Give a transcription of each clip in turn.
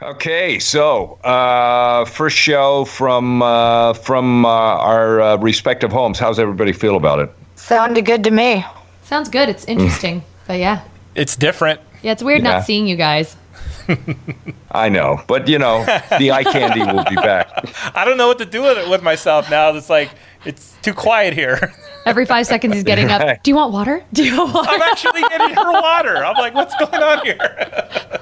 Okay, so uh, first show from uh, from uh, our uh, respective homes. How's everybody feel about it? Sounded good to me. Sounds good. It's interesting. but yeah. It's different. Yeah, it's weird Yeah. not seeing you guys. I know, but you know, the eye candy will be back. I don't know what to do with it with myself now. It's like it's too quiet here. Every five seconds he's getting up. Do you want water? Do you want water? I'm actually getting her water. I'm like, what's going on here?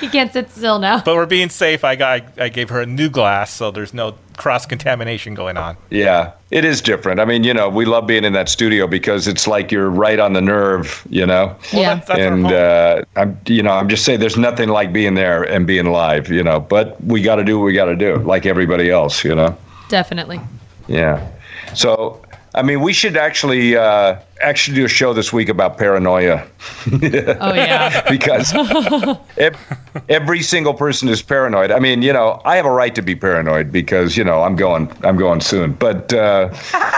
He can't sit still now. But we're being safe. I got I gave her a new glass, so there's no cross contamination going on. Yeah, it is different. I mean, you know, we love being in that studio because it's like you're right on the nerve, you know. yeah. That's, that's and our home. uh, I'm, you know, I'm just saying, there's nothing like being there and being live, you know. But we got to do what we got to do, like everybody else, you know. Definitely. Yeah. So, I mean, we should actually uh, actually do a show this week about paranoia Oh yeah. because ev- every single person is paranoid. I mean, you know, I have a right to be paranoid because you know I'm going I'm going soon, but uh,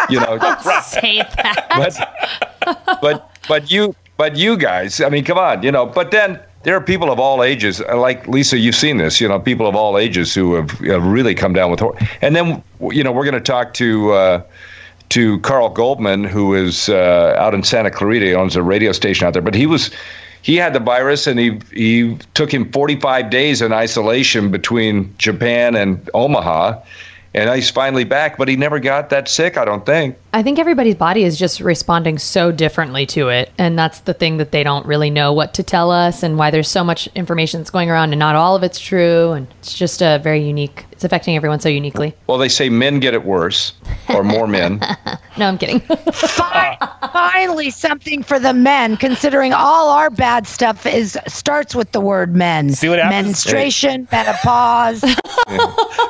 you know, Say that. but but but you but you guys, I mean, come on, you know. But then. There are people of all ages, uh, like Lisa. You've seen this, you know, people of all ages who have, have really come down with horror. And then, you know, we're going to talk to uh, to Carl Goldman, who is uh, out in Santa Clarita, he owns a radio station out there. But he was he had the virus, and he he took him 45 days in isolation between Japan and Omaha, and he's finally back. But he never got that sick, I don't think. I think everybody's body is just responding so differently to it. And that's the thing that they don't really know what to tell us and why there's so much information that's going around and not all of it's true. And it's just a very unique, it's affecting everyone so uniquely. Well, they say men get it worse, or more men. No, I'm kidding. Fi- finally, something for the men. Considering all our bad stuff is starts with the word men. See what happens? Menstruation, menopause.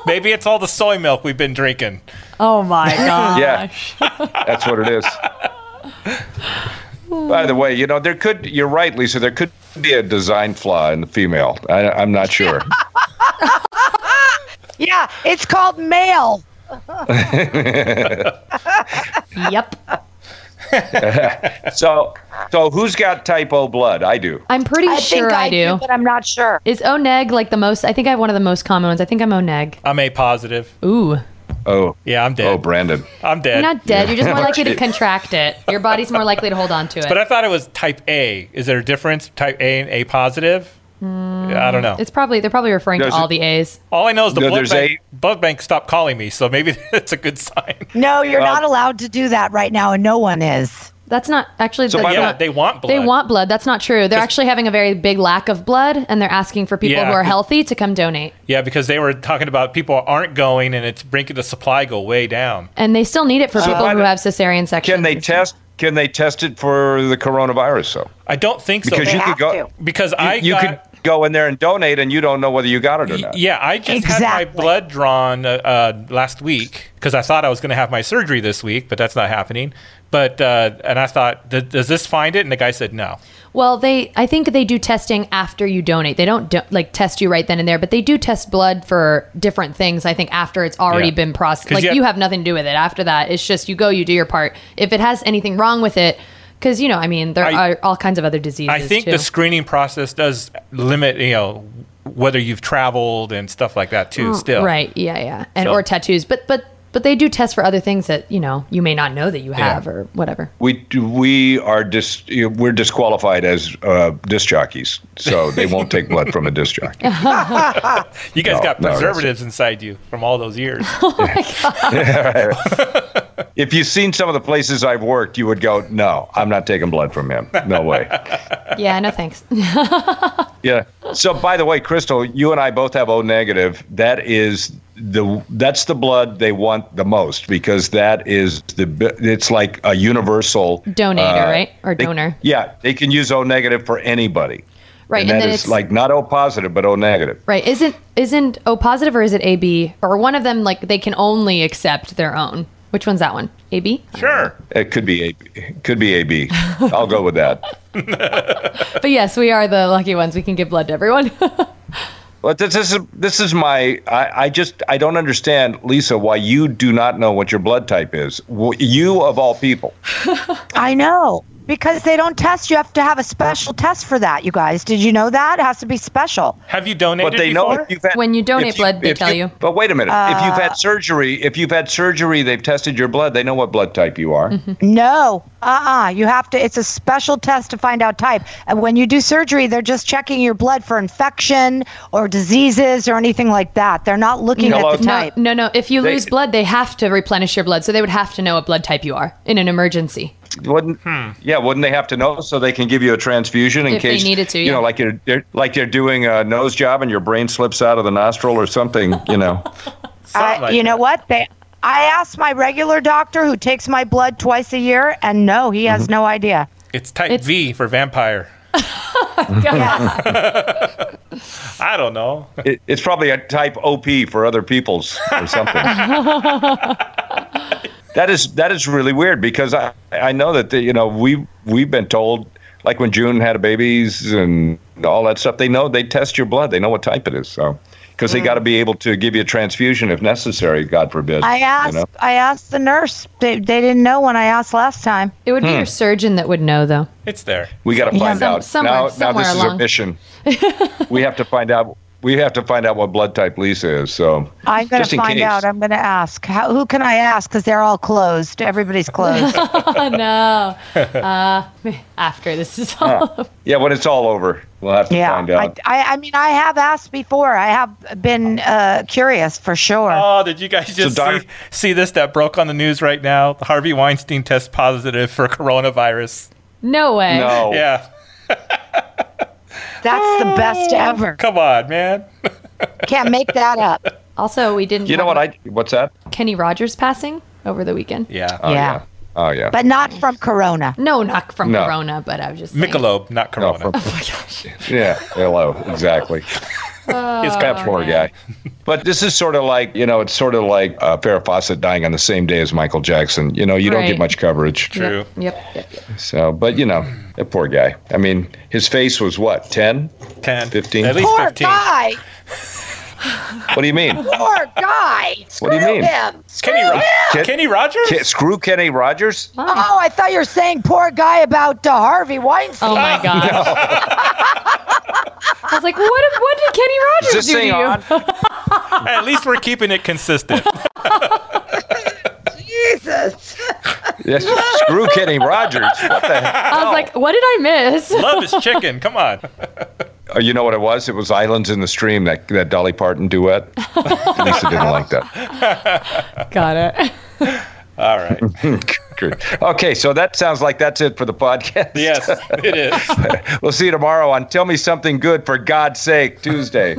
Maybe it's all the soy milk we've been drinking. oh my God. Yeah, that's what it is. By the way, you know there could. You're right, Lisa. There could be a design flaw in the female. I, I'm not sure. yeah, it's called male. Yep. So, so who's got type O blood? I do. I'm pretty I sure think I, do. but I'm not sure. Is Oneg like the most? I think I have one of the most common ones. I think I'm Oneg. I'm A positive. Ooh. Oh, Yeah, I'm dead. oh, Brandon. I'm dead. You're not dead. You're just more likely to contract it. Your body's more likely to hold on to it. but I thought it was type A. Is there a difference? Type A and A positive? I don't know. Mm, it's probably they're probably referring Does to all it- the A's. All I know is the No, blood, there's bank, blood bank stopped calling me, so maybe that's a good sign. No, you're Well- not allowed to do that right now, and no one is. That's not actually. So that's why Yeah, not- they want blood. They want blood. That's not true. They're actually having a very big lack of blood, and they're asking for people Yeah. who are healthy to come donate. Yeah, because they were talking about people aren't going, and it's bringing the supply go way down. And they still need it for people why who the- have cesarean sections. Can they test? Can they test it for the coronavirus? though? I don't think so. because you could have go. to. because I You got, could go in there and donate, and you don't know whether you got it or not. Yeah, I just had my Exactly. blood drawn uh, uh, last week because I thought I was going to have my surgery this week, but that's not happening. But uh, and I thought, "Th- does this find it? And the guy said no. Well, they I think they do testing after you donate. They don't do, like test you right then and there, but they do test blood for different things. I think after it's already Yeah. been processed, 'Cause like you you have- have, nothing to do with it. After that, it's just you go, you do your part. If it has anything wrong with it, because you know, I mean, there I- are all kinds of other diseases. I think too. the screening process does limit, you know, whether you've traveled and stuff like that Mm, too. Still, right, yeah, yeah, and So- or tattoos, but but but they do test for other things that you know you may not know that you have or whatever. We we are dis we're disqualified as uh, disc jockeys, so they won't take blood from a disc jockey. You guys No, got no, that's- preservatives inside you from all those years. If you've seen some of the places I've worked, you would go, "No, I'm not taking blood from him. No way." Yeah, no thanks. Yeah. So by the way, Crystal, you and I both have O negative. That is the that's the blood they want the most because that is the bi- it's like a universal Donator, right? Or Uh, they- donor. Yeah, they can use O negative for anybody. Right, And, and that then is it's- like not O positive, but O negative. Right. Isn't isn't O positive or is it AB or one of them like they can only accept their own? Which one's that one? AB? Sure. It could be AB. It could be AB. I'll go with that. But yes, we are the lucky ones. We can give blood to everyone. But this, this is this is my I, I just I don't understand Lisa why you do not know what your blood type is. W- You of all people. I know. Because they don't test. You have to have a special test for that, you guys. Did you know that? It has to be special. Have you donated But they know before? if you've had, When you donate if blood, they if tell you. Uh. But wait a minute. if you've had surgery, if you've had surgery, they've tested your blood. They know what blood type you are. Mm-hmm. No. Uh-uh. You have to it's a special test to find out type. And when you do surgery, they're just checking your blood for infection or diseases or anything like that. They're not looking Hello? at the No, type. No, no. If you They- lose blood, they have to replenish your blood. So they would have to know what blood type you are in an emergency. Wouldn't Hmm. yeah? Wouldn't they have to know so they can give you a transfusion in If they case needed to, You yeah. know, like you're they're, like you're doing a nose job and your brain slips out of the nostril or something. You know. I- Something like you know what? that. They I asked my regular doctor who takes my blood twice a year and no, he has no idea. It's type V for vampire. I don't know. It, it's probably a type OP for other people's or something. that is that is really weird because I I know that the, you know we we've been told like when June had a babies and all that stuff they know they test your blood they know what type it is so because they got to be able to give you a transfusion if necessary God forbid I asked you know? I asked the nurse. They, they didn't know when I asked last time. It Hmm. would be your surgeon that would know, though. It's there. we got to find Some- out somewhere- now now somewhere this is along. a mission we have to find out we have to find out what blood type Lisa is so I'm going Just to in find case. out. I'm going to ask. How, who can I ask? Because they're all closed. Everybody's closed. Oh, no. Uh, after this is all. yeah when it's all over we'll have to yeah. find out. I, I, I mean, I have asked before. I have been uh, curious for sure. Oh, did you guys just Doc- see, see this that broke on the news right now? Harvey Weinstein tests positive for coronavirus. No way. No. Yeah. That's the best Oh. ever. Come on, man. Can't make that up. Also, we didn't. You know talk what I what's that? about Kenny Rogers passing over the weekend. Yeah. Oh, yeah. Oh yeah. But not from Corona. No, not from No. Corona, but I was just. saying. Oh Michelob, not No, Corona. from- Oh, yeah, hello, exactly. It's Oh, That poor guy. But this is sort of like, you know, it's sort of like uh, Farrah Fawcett dying on the same day as Michael Jackson. You know, you don't Right. get much coverage. True. Yep, yep, yep, yep. So, but, you know, that poor guy. I mean, his face was what, 10? 10. 15. At least Poor 15. guy. What do you mean? Poor guy. Screw What do you mean? him. Screw Kenny, Ro- Ken- Kenny Rogers? Ke- screw Kenny Rogers? Oh, I thought you were saying poor guy about uh, Harvey Weinstein. Oh Ah, my gosh. I was like, what, what did Kenny Rogers Is this do to thing you? on? At least we're keeping it consistent. Oh. Jesus. Yes, screw Kenny Rogers. What the heck? I was like, what did I miss? Love is chicken. Come on. Oh, you know what it was? It was Islands in the Stream, that, that Dolly Parton duet. Lisa didn't like that. Got it. All right. Good. Okay, so that sounds like that's it for the podcast. Yes, it is. We'll see you tomorrow on Tell Me Something Good for God's Sake Tuesday.